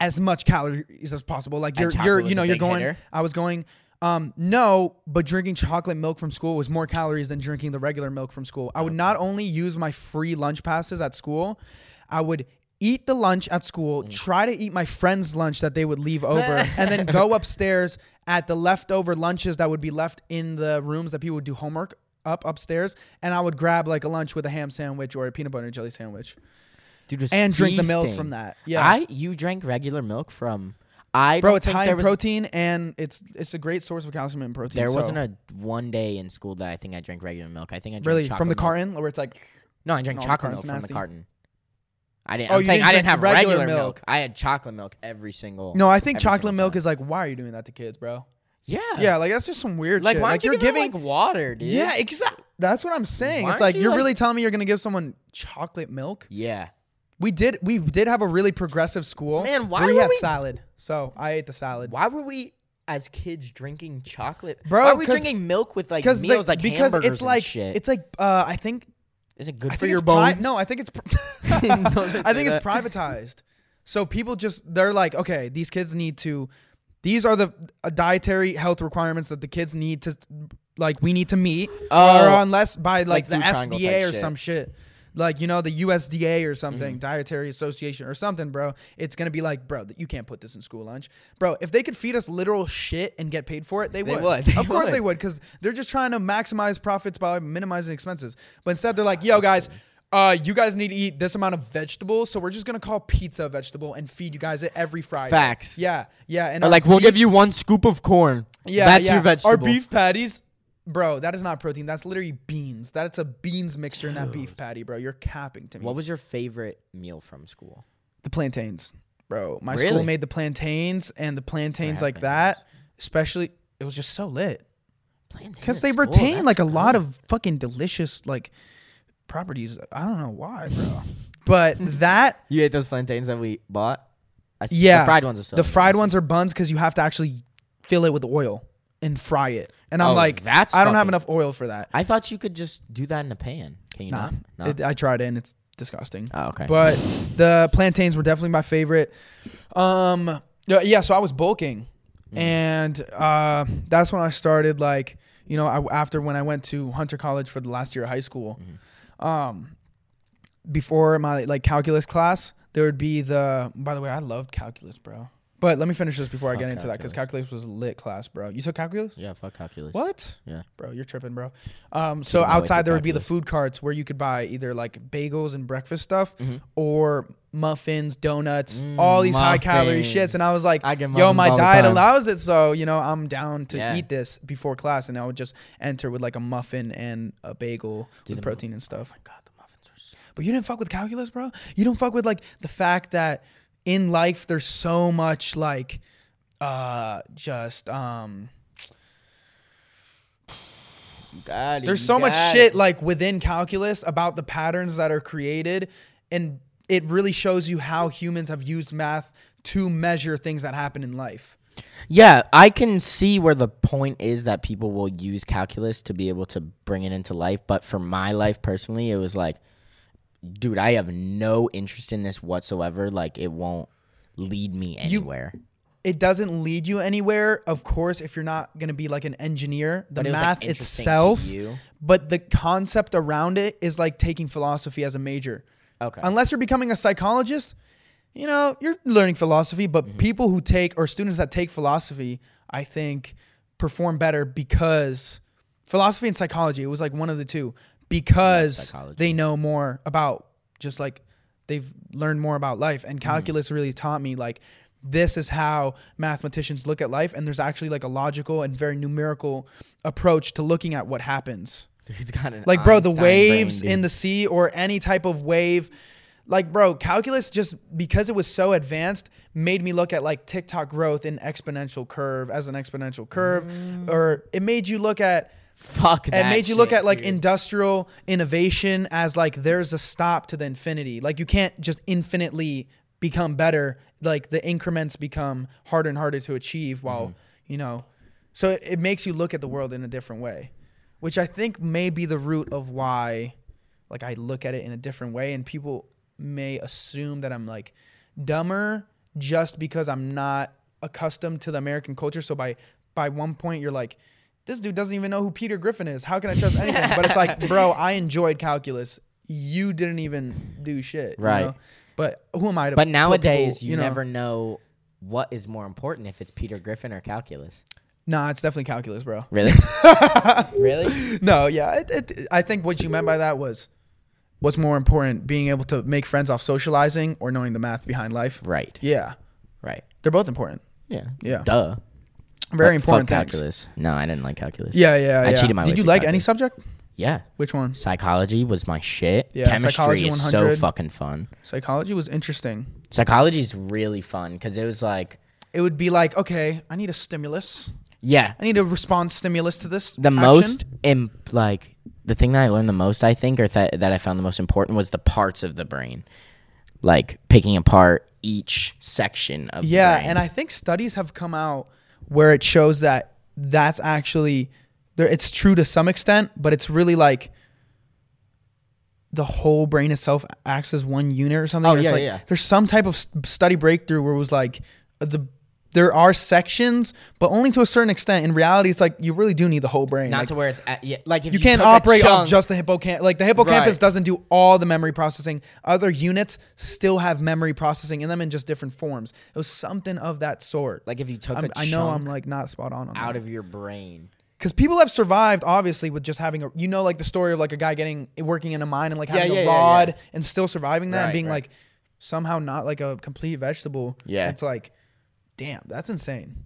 B: as much calories as possible. Like
A: And
B: you're
A: chocolate
B: you're
A: was
B: you
A: a
B: know you're
A: big
B: going.
A: hitter?
B: I was going. Um, no, but drinking chocolate milk from school was more calories than drinking the regular milk from school. I would not only use my free lunch passes at school, I would eat the lunch at school,
A: Mm.
B: try to eat my friend's lunch that they would leave over, and then go upstairs at the leftover lunches that would be left in the rooms that people would do homework up upstairs, and I would grab like a lunch with a ham sandwich or a peanut butter and jelly sandwich.
A: Dude, just
B: and drink the milk
A: feasting.
B: from that. Yeah.
A: I you drank regular milk from I
B: Bro,
A: don't
B: it's
A: think
B: high
A: there
B: in
A: was,
B: protein and it's it's a great source of calcium and protein.
A: There
B: so-
A: wasn't a one day in school that I think I drank regular milk. I think I drank
B: really
A: chocolate
B: from the
A: milk.
B: carton where it's like
A: No, I drank
B: No, the
A: chocolate milk
B: carton's
A: from the
B: nasty.
A: carton. I didn't.
B: Oh,
A: I'm
B: you
A: saying
B: didn't
A: I didn't
B: drink
A: have
B: regular
A: regular, milk.
B: milk.
A: I had chocolate milk every single.
B: No, I think
A: every
B: chocolate
A: single
B: milk
A: time.
B: is like, why are you doing that to kids, bro?
A: yeah,
B: Yeah, like that's just some weird
A: Like
B: shit.
A: why
B: like
A: aren't you giving them, like water, dude?
B: yeah, exactly. That's what I'm saying.
A: Why
B: it's
A: aren't
B: like
A: you,
B: you're
A: like-
B: really telling me you're gonna give someone chocolate milk.
A: yeah.
B: We did, we did have a really progressive school.
A: Man, why
B: where we
A: were
B: had
A: we-
B: salad? So I ate the salad.
A: Why were we as kids drinking chocolate?
B: Bro,
A: why were we
B: 'cause-
A: drinking milk with like
B: Because
A: meals
B: the-
A: like
B: because
A: hamburgers
B: it's like
A: and shit?
B: it's like uh, I think
A: is it good
B: I
A: for
B: think
A: your
B: it's pri-
A: bones?
B: no, I think it's. pri- I think it's privatized. So people just they're like, okay, these kids need to. These are the uh, dietary health requirements that the kids need to, like, we need to meet,
A: Oh.
B: or unless by like,
A: Like
B: the
A: food triangle
B: FDA or
A: type shit. Mm-hmm.
B: some shit, like you know the USDA or something, Dietary Association or something, bro. It's gonna be like, bro, you can't put this in school lunch, bro. If they could feed us literal shit and get paid for it, they, would.
A: would. They
B: of course
A: would.
B: they would, because they're just trying to maximize profits by minimizing expenses. But instead, they're like, yo, guys, uh, you guys need to eat this amount of vegetables, so we're just gonna call pizza a vegetable and feed you guys it every Friday.
A: Facts.
B: Yeah, yeah. And
A: Or
B: our
A: like we'll
B: beef-
A: give you one scoop of corn.
B: Yeah,
A: that's
B: yeah.
A: your vegetable.
B: Our beef patties, bro. That is not protein. That's literally beans. That's a beans mixture in that beef patty, bro. You're capping to me.
A: What was your favorite meal from school?
B: the plantains, bro? My
A: Really?
B: school made the plantains and the plantains like that. Especially, it was just so lit. because they retain like a lot of fucking delicious like properties. I don't know why, bro. but that
A: You ate those plantains that we bought. I s-
B: yeah,
A: the fried ones are so.
B: the fried ones are buns because you have to actually fill it with oil and fry it. And I'm
A: Oh,
B: like,
A: that's
B: I don't have
A: fucking-
B: enough oil for that.
A: I thought you could just do that in a pan. Can you
B: Nah,
A: not?
B: It- uh, I tried it and it's disgusting.
A: Oh, okay.
B: But the plantains were definitely my favorite. Um, yeah, yeah, so I was bulking,
A: Mm.
B: and uh, that's when I started like you know I, after when I went to Hunter College for the last year of high school.
A: Mm-hmm.
B: Um, before my like calculus class, there would be the. By the way, I loved calculus, bro. But let me finish this before I
A: Fuck
B: get into that because calculus was a lit class, bro. You took calculus?
A: yeah, fuck calculus.
B: What?
A: Yeah.
B: Bro, you're tripping, bro. Um, so
A: Taking away
B: outside
A: the
B: there would be the
A: calculus.
B: food carts where you could buy either like bagels and breakfast stuff
A: Mm-hmm.
B: or muffins, donuts, all these high calorie shits. And I was like,
A: I get
B: yo,
A: muffins
B: my
A: all the
B: diet
A: time.
B: allows it. So, you know, I'm down to
A: Yeah.
B: eat this before class. And I would just enter with like a muffin and a bagel with protein and stuff.
A: Oh
B: But you didn't fuck with calculus, bro. You don't fuck with like the fact that in life there's so much like uh just um
A: Got it,
B: there's
A: you
B: so much
A: got
B: shit
A: it.
B: like within calculus about the patterns that are created and it really shows you how humans have used math to measure things that happen in life
A: Yeah, I can see where the point is that people will use calculus to be able to bring it into life. But for my life personally, it was like, dude, I have no interest in this whatsoever. Like, it won't lead me anywhere.
B: it doesn't lead you anywhere of course if you're not going to be like an engineer the
A: But it was, like,
B: math
A: interesting to
B: itself
A: you.
B: but the concept around it is like taking philosophy as a major
A: Okay.
B: unless you're becoming a psychologist you know you're learning philosophy but
A: Mm-hmm.
B: people who take or students that take philosophy i think perform better because philosophy and psychology it was like one of the two because
A: psychology.
B: they know more about just like they've learned more about life and
A: Mm-hmm.
B: calculus really taught me like this is how mathematicians look at life and there's actually like a logical and very numerical approach to looking at what happens
A: He's got an
B: like bro the
A: Einstein brain,
B: waves
A: dude.
B: in the sea or any type of wave like bro calculus just because it was so advanced made me look at like tiktok growth in exponential curve as an exponential curve or it made you look at
A: Mm. fuck.
B: it
A: that
B: made you look
A: shit,
B: at like
A: dude.
B: industrial innovation as like there's a stop to the infinity like you can't just infinitely become better like the increments become harder and harder to achieve while
A: Mm-hmm.
B: you know so it, it makes you look at the world in a different way which i think may be the root of why like i look at it in a different way and people may assume that i'm like dumber just because i'm not accustomed to the american culture so by by one point you're like this dude doesn't even know who Peter Griffin is. How can I trust anything? but it's like, bro, I enjoyed calculus. You didn't even do shit. you
A: Right.
B: know? But who am I to
A: But
B: put
A: nowadays,
B: people,
A: you,
B: know?
A: never know what is more important if it's Peter Griffin or calculus.
B: Nah, it's definitely calculus, bro.
A: Really? really?
B: No, yeah. It, it, I think what you meant by that was what's more important, being able to make friends off socializing or knowing the math behind life?
A: Right.
B: Yeah.
A: Right.
B: They're both important.
A: Yeah.
B: Yeah.
A: Duh.
B: Very
A: But
B: important
A: fuck
B: things.
A: calculus. No, I didn't like calculus.
B: Yeah, yeah,
A: I
B: yeah.
A: cheated my way
B: Did you
A: through
B: like any
A: calculus.
B: subject?
A: Yeah.
B: Which one?
A: Psychology was my shit.
B: Yeah,
A: Chemistry
B: psychology
A: is so
B: 100.
A: fucking fun.
B: Psychology was interesting.
A: Psychology is really fun because it was like,
B: It would be like, okay, I need a stimulus.
A: yeah,
B: I need a response stimulus to this.
A: the
B: action.
A: most Im- like the thing that I learned the most, I think, or that that I found the most important was the parts of the brain, like picking apart each section of.
B: Yeah,
A: the brain.
B: and I think studies have come out where it shows that that's actually there. It's true to some extent, but it's really like the whole brain itself acts as one unit or something.
A: Oh,
B: There's
A: yeah,
B: like-
A: yeah.
B: There's some type of s- study breakthrough where it was like uh, the there are sections, but only to a certain extent. In reality, it's like you really do need the whole brain.
A: not
B: Like,
A: to where it's at, yeah, like if
B: you
A: you,
B: can't
A: took a
B: operate off
A: chunk-
B: just the hippocampus. Like the hippocampus
A: Right.
B: doesn't do all the memory processing. Other units still have memory processing in them in just different forms. It was something of that sort.
A: like if you took
B: I'm,
A: a
B: I know I'm
A: chunk
B: like not spot on on
A: out
B: that.
A: of your brain
B: because people have survived obviously with just having a you know like the story of like a guy getting working in a mine and like having
A: yeah,
B: a
A: yeah, yeah.
B: rod and still surviving that
A: Right,
B: and being
A: right.
B: like somehow not like a complete vegetable.
A: Yeah.
B: it's like, damn, that's insane.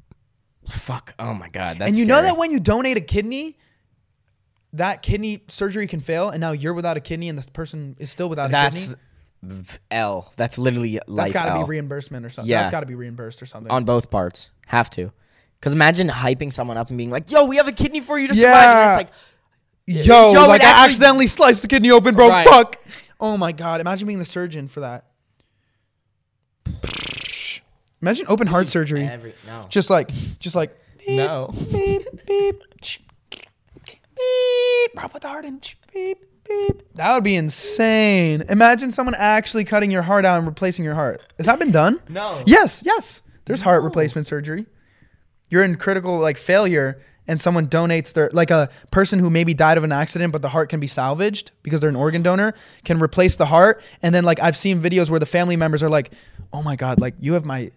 A: Fuck. Oh my god. That's
B: and you know
A: scary.
B: that when you donate a kidney. That kidney surgery can fail, and now you're without a kidney, and this person is still without a
A: that's
B: kidney.
A: L. That's literally
B: That's
A: life
B: got to
A: L
B: be reimbursement or something.
A: Yeah.
B: That's got to be reimbursed or something.
A: on both parts. Have to. Because imagine hyping someone up and being like, "Yo, we have a kidney for you to
B: Yeah.
A: survive." And it's like,
B: Yo,
A: Yo,
B: like
A: it
B: I
A: actually-
B: accidentally sliced the kidney open, bro.
A: Right.
B: Fuck. Oh my god! Imagine being the surgeon for that. Imagine open heart surgery.
A: every no.
B: Just like, just like.
A: No.
B: Beep beep. sh- Beep. Bro, put the heart in. sh- Beep beep. That would be insane. Imagine someone actually cutting your heart out and replacing your heart. Has that been done?
A: No.
B: Yes, yes. There's heart replacement surgery. You're in critical like failure and someone donates their like a person who maybe died of an accident but the heart can be salvaged because they're an organ donor can replace the heart and then like I've seen videos where the family members are like, "Oh my god, like you have my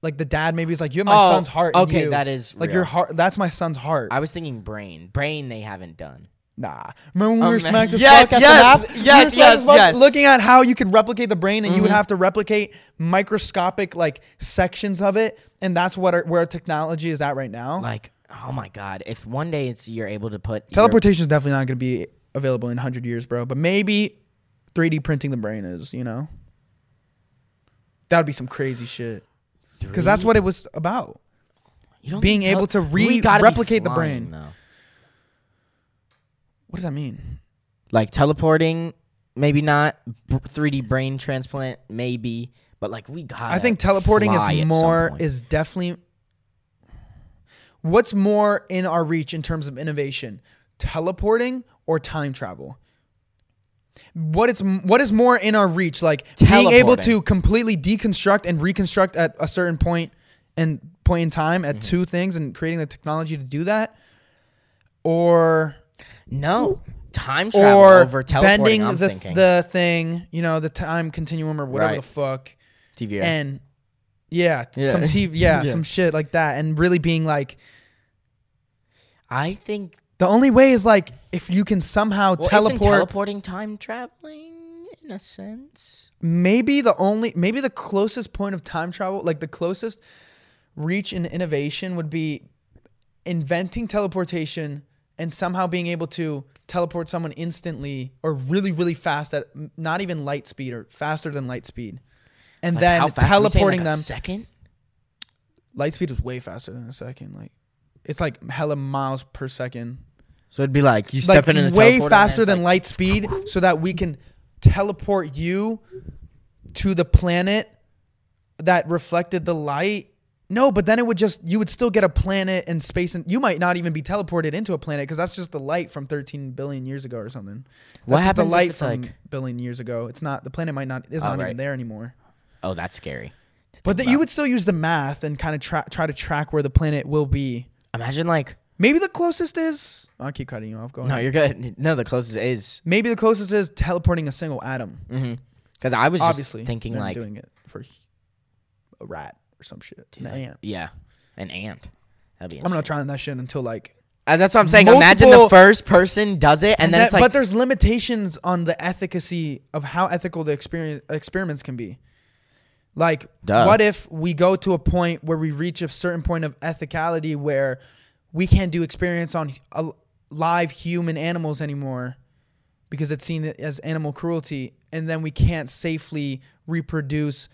B: like the dad maybe is like, "You have my
A: Oh,
B: son's heart." and
A: okay,
B: you."
A: that is
B: Like
A: real.
B: your heart that's my son's heart.
A: I was thinking brain. Brain they haven't done.
B: nah. Remember when we were
A: Um,
B: smacked as
A: yes,
B: fuck at
A: yes,
B: the
A: yes,
B: math? We were smacked as
A: yes,
B: fuck
A: yes. Mm-hmm.
B: Looking at how you could replicate the brain and you would have to replicate microscopic like sections of it and that's what our, where our technology is at right now.
A: Like, oh my god, if one day it's you're able to put your-
B: Teleportation is definitely not going to be available in 100 years, bro. But maybe 3D printing the brain is, you know? That would be some crazy shit. Because that's what it was about.
A: you don't
B: being
A: need
B: able to re-
A: We gotta be
B: replicate the
A: flying,
B: brain.
A: though.
B: What does that mean?
A: Like teleporting, maybe not. B- 3D brain transplant, maybe. But like we got.
B: I think teleporting is more, is definitely. What's more in our reach in terms of innovation? Teleporting or time travel? What is m- what is more in our reach? Like being able
A: Teleporting.
B: to completely deconstruct and reconstruct at a certain point and point in time
A: Mm-hmm.
B: at two things and creating the technology to do that, or
A: no time travel
B: or
A: over teleporting.
B: bending
A: I'm
B: the
A: thinking
B: the thing, you know, the time continuum or whatever
A: Right.
B: the fuck
A: TVA.
B: and yeah, t-
A: Yeah.
B: some TV, yeah,
A: Yeah.
B: some shit like that, and really being like,
A: I think
B: the only way is like if you can somehow
A: well, isn't
B: teleport.
A: teleporting time traveling in a sense.
B: maybe the only, maybe the closest point of time travel, like the closest reach and innovation, would be inventing teleportation and somehow being able to teleport someone instantly or really, really fast at m- not even light speed or faster than light speed, and
A: Like, how
B: then
A: fast are we saying,
B: teleporting
A: like, a
B: them.
A: second.
B: light speed was way faster than a second, like. It's like hella miles per second.
A: So it'd be like you
B: like
A: step in and the
B: way
A: teleporter and
B: faster
A: it's
B: than
A: like-
B: light speed so that we can teleport you to the planet that reflected the light no but then it would just you would still get a planet and space and you might not even be teleported into a planet because that's just the light from 13 billion years ago or something that's
A: What
B: just
A: happens
B: the
A: if
B: light
A: it's
B: from
A: like-
B: billion years ago it's not the planet might not is
A: Oh,
B: not
A: right.
B: even there anymore
A: Oh, that's scary.
B: but that you would still use the math and kind of tra- try to track where the planet will be
A: Imagine like
B: maybe the closest is i'll keep cutting you off go
A: no,
B: ahead.
A: you're good. No, the closest is
B: maybe the closest is teleporting a single atom
A: because I was just
B: Mm-hmm. obviously
A: thinking
B: than
A: like
B: doing it for a rat or some shit. An ant.
A: yeah, an ant. That'd be.
B: I'm not trying that shit until like,
A: Uh, that's what I'm saying. Imagine the
B: Multiple-
A: first person does it, and, then
B: that-
A: it's like,
B: but there's limitations on the efficacy of how ethical the experience experiments can be. Like,
A: Duh.
B: what if we go to a point where we reach a certain point of ethicality where we can't do experience on a, live human animals anymore because it's seen as animal cruelty, and then we can't safely reproduce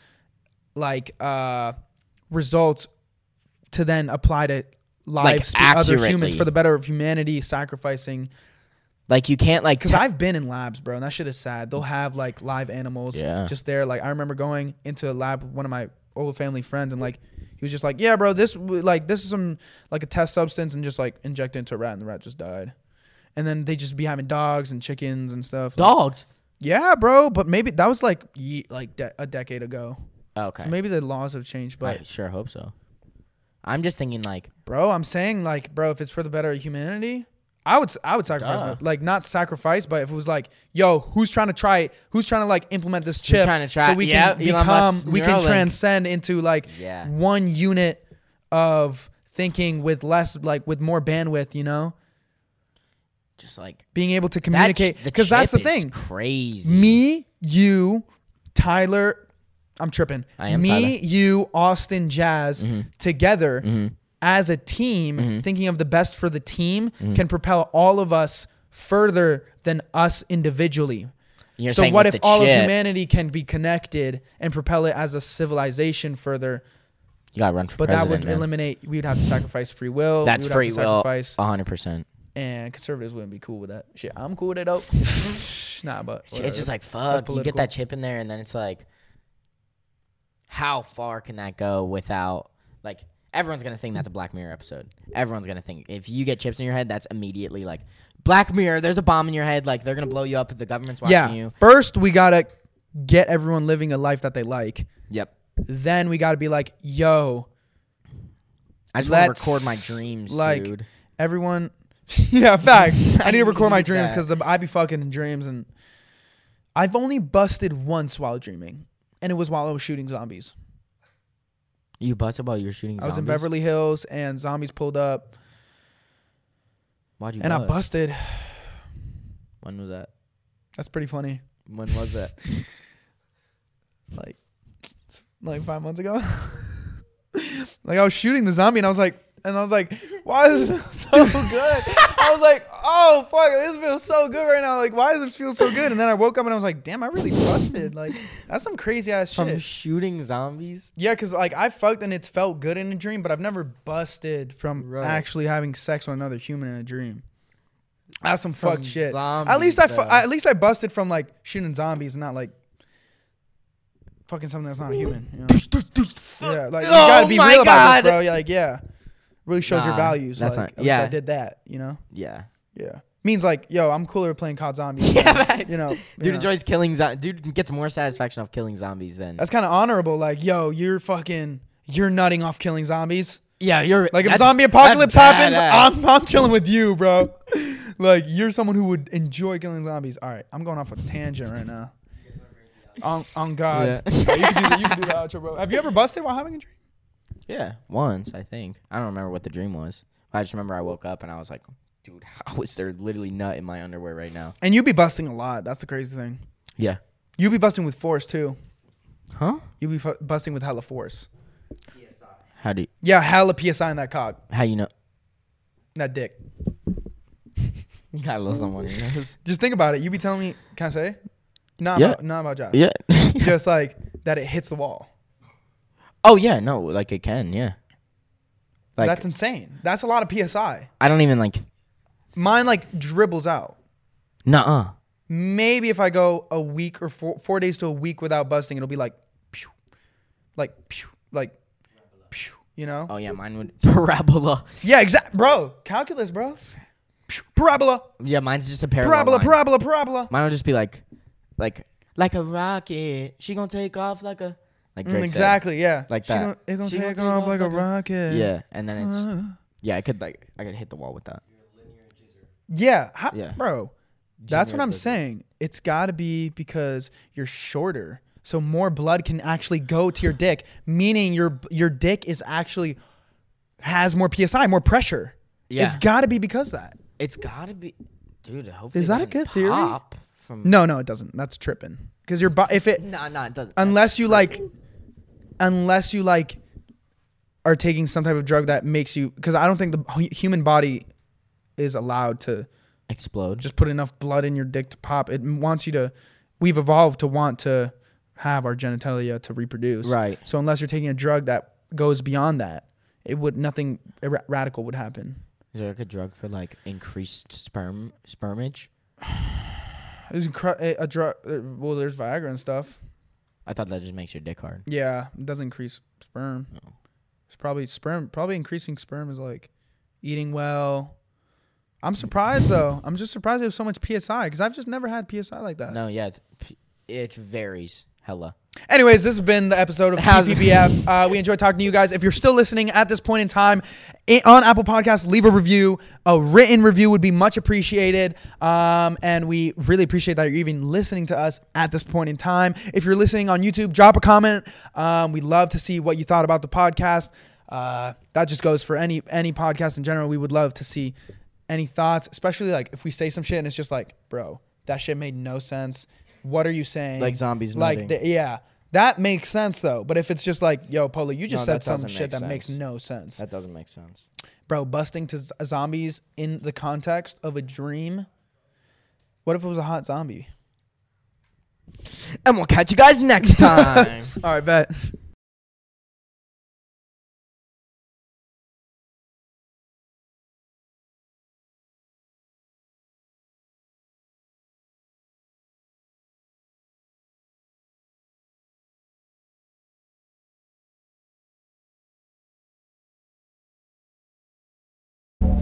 B: like uh, results to then apply to
A: Like,
B: lives other humans
A: accurately.
B: for the better of humanity, sacrificing
A: like you can't like.
B: because
A: te-
B: I've been in labs, bro, and that shit is sad. They'll have like live animals
A: Yeah.
B: just there. Like I remember going into a lab with one of my old family friends, and like he was just like, "Yeah, bro, this w- like this is some like a test substance," and just like inject it into a rat, and the rat just died. And then they just be having dogs and chickens and stuff. Like,
A: dogs.
B: yeah, bro, but maybe that was like ye- like de- a decade ago.
A: Oh, Okay,
B: So maybe the laws have changed, but
A: I sure hope so. I'm just thinking like
B: bro, I'm saying like, bro, if it's for the better of humanity, I would s- I would sacrifice,
A: Duh.
B: my- like not sacrifice, but if it was like, yo, who's trying to try it? Who's trying to like implement this chip?
A: trying to try-
B: so we
A: yeah,
B: can
A: Elon
B: become,
A: Musk's
B: we can
A: Neuralink.
B: transcend into like
A: Yeah.
B: one unit of thinking with less like with more bandwidth, you know,
A: Just like
B: being able to
A: that ch-
B: communicate
A: the
B: because that's the
A: chip is
B: thing.
A: Crazy.
B: Me, you, Tyler, I'm tripping.
A: I am
B: Me,
A: Tyler. Mm-hmm.
B: you, Austin, Jazz together as a team, thinking of the best for the team
A: Mm-hmm.
B: can propel all of us further than us individually.
A: You're
B: so
A: saying
B: what
A: with
B: if
A: the
B: all
A: chip-
B: of humanity can be connected and propel it as a civilization further?
A: You gotta run for
B: But
A: president.
B: that would
A: man.
B: eliminate. We'd have to sacrifice free will.
A: That's
B: we would
A: free
B: have to
A: will.
B: Sacrifice,
A: hundred percent.
B: and conservatives wouldn't be cool with that. Shit, I'm cool with it though. nah, but
A: It's just
B: whatever.
A: like fuck. You get
B: political.
A: that chip in there, and then it's like, how far can that go without like everyone's gonna think that's a Black Mirror episode. Everyone's gonna think if you get chips in your head, that's immediately like Black Mirror. There's a bomb in your head. Like they're gonna blow you up. The government's watching
B: yeah.
A: you.
B: First, we gotta get everyone living a life that they like.
A: Yep.
B: Then we gotta be like, yo,
A: I just want to
B: Let's,
A: record my dreams,
B: like-
A: dude.
B: everyone. yeah, facts. I need to record my
A: need
B: dreams
A: that.
B: because I be fucking in dreams, and I've only busted once while dreaming, and it was while I was shooting zombies.
A: You busted while you were shooting.
B: I was in
A: zombies?
B: Beverly Hills, and zombies pulled up,
A: Why'd you
B: and I
A: bust?
B: busted.
A: When was that?
B: That's pretty funny.
A: When was that?
B: Like, like five months ago. like I was shooting the zombie, and I was like, and I was like, why does it feel so good? I was like, oh fuck, this feels so good right now. Like, why does it feel so good? And then I woke up and I was like, damn, I really busted. Like, that's some crazy ass
A: From
B: shit.
A: shooting zombies.
B: Yeah, because like I fucked and it's felt good in a dream, but I've never busted from
A: Right.
B: actually having sex with another human in a dream. That's some fucked shit. at
A: zombies,
B: least I fu-
A: though.
B: at least I busted from like shooting zombies, and not like fucking something that's not a human. You know? yeah, like you gotta
A: Oh
B: be
A: my
B: real about
A: God.
B: this, bro. You're like, yeah, really shows your
A: Nah,
B: values.
A: that's
B: like,
A: not-
B: at least
A: yeah.
B: I did that. You know,
A: Yeah.
B: yeah, means like, yo, I'm cooler playing COD Zombies.
A: Yeah,
B: than,
A: that's-
B: you know, you
A: Dude
B: know.
A: enjoys killing. Zo- dude gets more satisfaction off killing zombies than.
B: That's kind of honorable. Like, yo, you're fucking, you're nutting off killing zombies.
A: yeah, you're
B: Like if
A: that's-
B: zombie
A: that's
B: apocalypse happens,
A: badass.
B: I'm I'm chilling with you, bro. like you're someone who would enjoy killing zombies. All right, I'm going off a tangent right now. On on God,
A: Yeah.
B: Yeah, you, can do the, you can do the outro, bro. Have you ever busted while having a dream?
A: Yeah, once I think I don't remember what the dream was. I just remember I woke up and I was like, "Dude, how is there literally nut in my underwear right now?"
B: And you be busting a lot. That's the crazy thing.
A: Yeah.
B: You be busting with force too.
A: Huh?
B: You be fu- busting with hella force.
A: How do you,
B: Yeah, hella psi in that cock,
A: how you know?
B: in that dick.
A: You gotta love someone who knows.
B: Just think about it. You be telling me, can I say? Not
A: Yeah.
B: about, not about Josh.
A: Yeah.
B: Just like that, it hits the wall.
A: oh yeah, no, like it can, yeah. Like
B: That's insane. That's a lot of psi.
A: I don't even like.
B: Mine like dribbles out.
A: Nuh-uh.
B: maybe if I go a week or four, four days to a week without busting, it'll be like, pew, like, pew, like, pew, you know?
A: Oh yeah, mine would parabola.
B: yeah, exact, bro. Calculus, bro. Pew, Parabola,
A: Yeah, mine's just a parallel.
B: parabola,
A: line.
B: parabola, parabola. Mm,
A: Mine would just be like, like, like a rocket. She gonna take off like a, like
B: Mm,
A: Drake said.
B: exactly, yeah.
A: Like
B: She
A: that.
B: Gonna, it gonna
A: She
B: take,
A: gonna take
B: off,
A: off
B: like a
A: like a-
B: rocket.
A: Yeah, and then it's yeah. I could like I could hit the wall with that.
B: Yeah, how,
A: Yeah.
B: bro. That's what
A: Junior
B: I'm
A: Blizzard.
B: saying. It's got to be because you're shorter, so more blood can actually go to your dick, meaning your your dick is actually has more psi, more pressure.
A: Yeah.
B: It's got to be because of that.
A: It's gotta be, dude. Hopefully, it
B: Is that a
A: doesn't
B: good theory?
A: Pop from
B: No, no, it doesn't. That's tripping. Because your body, if it
A: no, no, it doesn't.
B: unless you like, unless you like, are taking some type of drug that makes you. Because I don't think the hu- human body is allowed to
A: explode.
B: just put enough blood in your dick to pop. It wants you to. We've evolved to want to have our genitalia to reproduce.
A: Right.
B: So unless you're taking a drug that goes beyond that, it would nothing ra- radical would happen.
A: Is there like a drug for like increased sperm spermage?
B: There's incre- eh, a drug. Well, there's Viagra and stuff.
A: I thought that just makes your dick hard.
B: Yeah, it does increase sperm. It's probably sperm. Probably increasing sperm is like eating well. I'm surprised though. I'm just surprised there's so much psi because I've just never had psi like that.
A: No, yeah, it, it varies. Hella.
B: Anyways, this has been the episode of
A: Has-
B: TPBF. Uh, we enjoy talking to you guys. If you're still listening at this point in time i- on Apple Podcasts, leave a review. A written review would be much appreciated. Um, and we really appreciate that you're even listening to us at this point in time. If you're listening on YouTube, drop a comment. Um, we'd love to see what you thought about the podcast. Uh, that just goes for any any podcast in general. We would love to see any thoughts, especially like if we say some shit and it's just like, bro, that shit made no sense. What are you saying?
A: Like zombies
B: Like
A: nutting.
B: the- yeah, that makes sense though. But if it's just like, yo, Polo, you just
A: No,
B: said
A: that
B: some
A: doesn't
B: shit
A: make
B: that
A: sense.
B: makes no sense,
A: That doesn't make sense.
B: bro. Busting to z- zombies in the context of a dream. What if it was a hot zombie?
A: And we'll catch you guys next time.
B: All right, bet.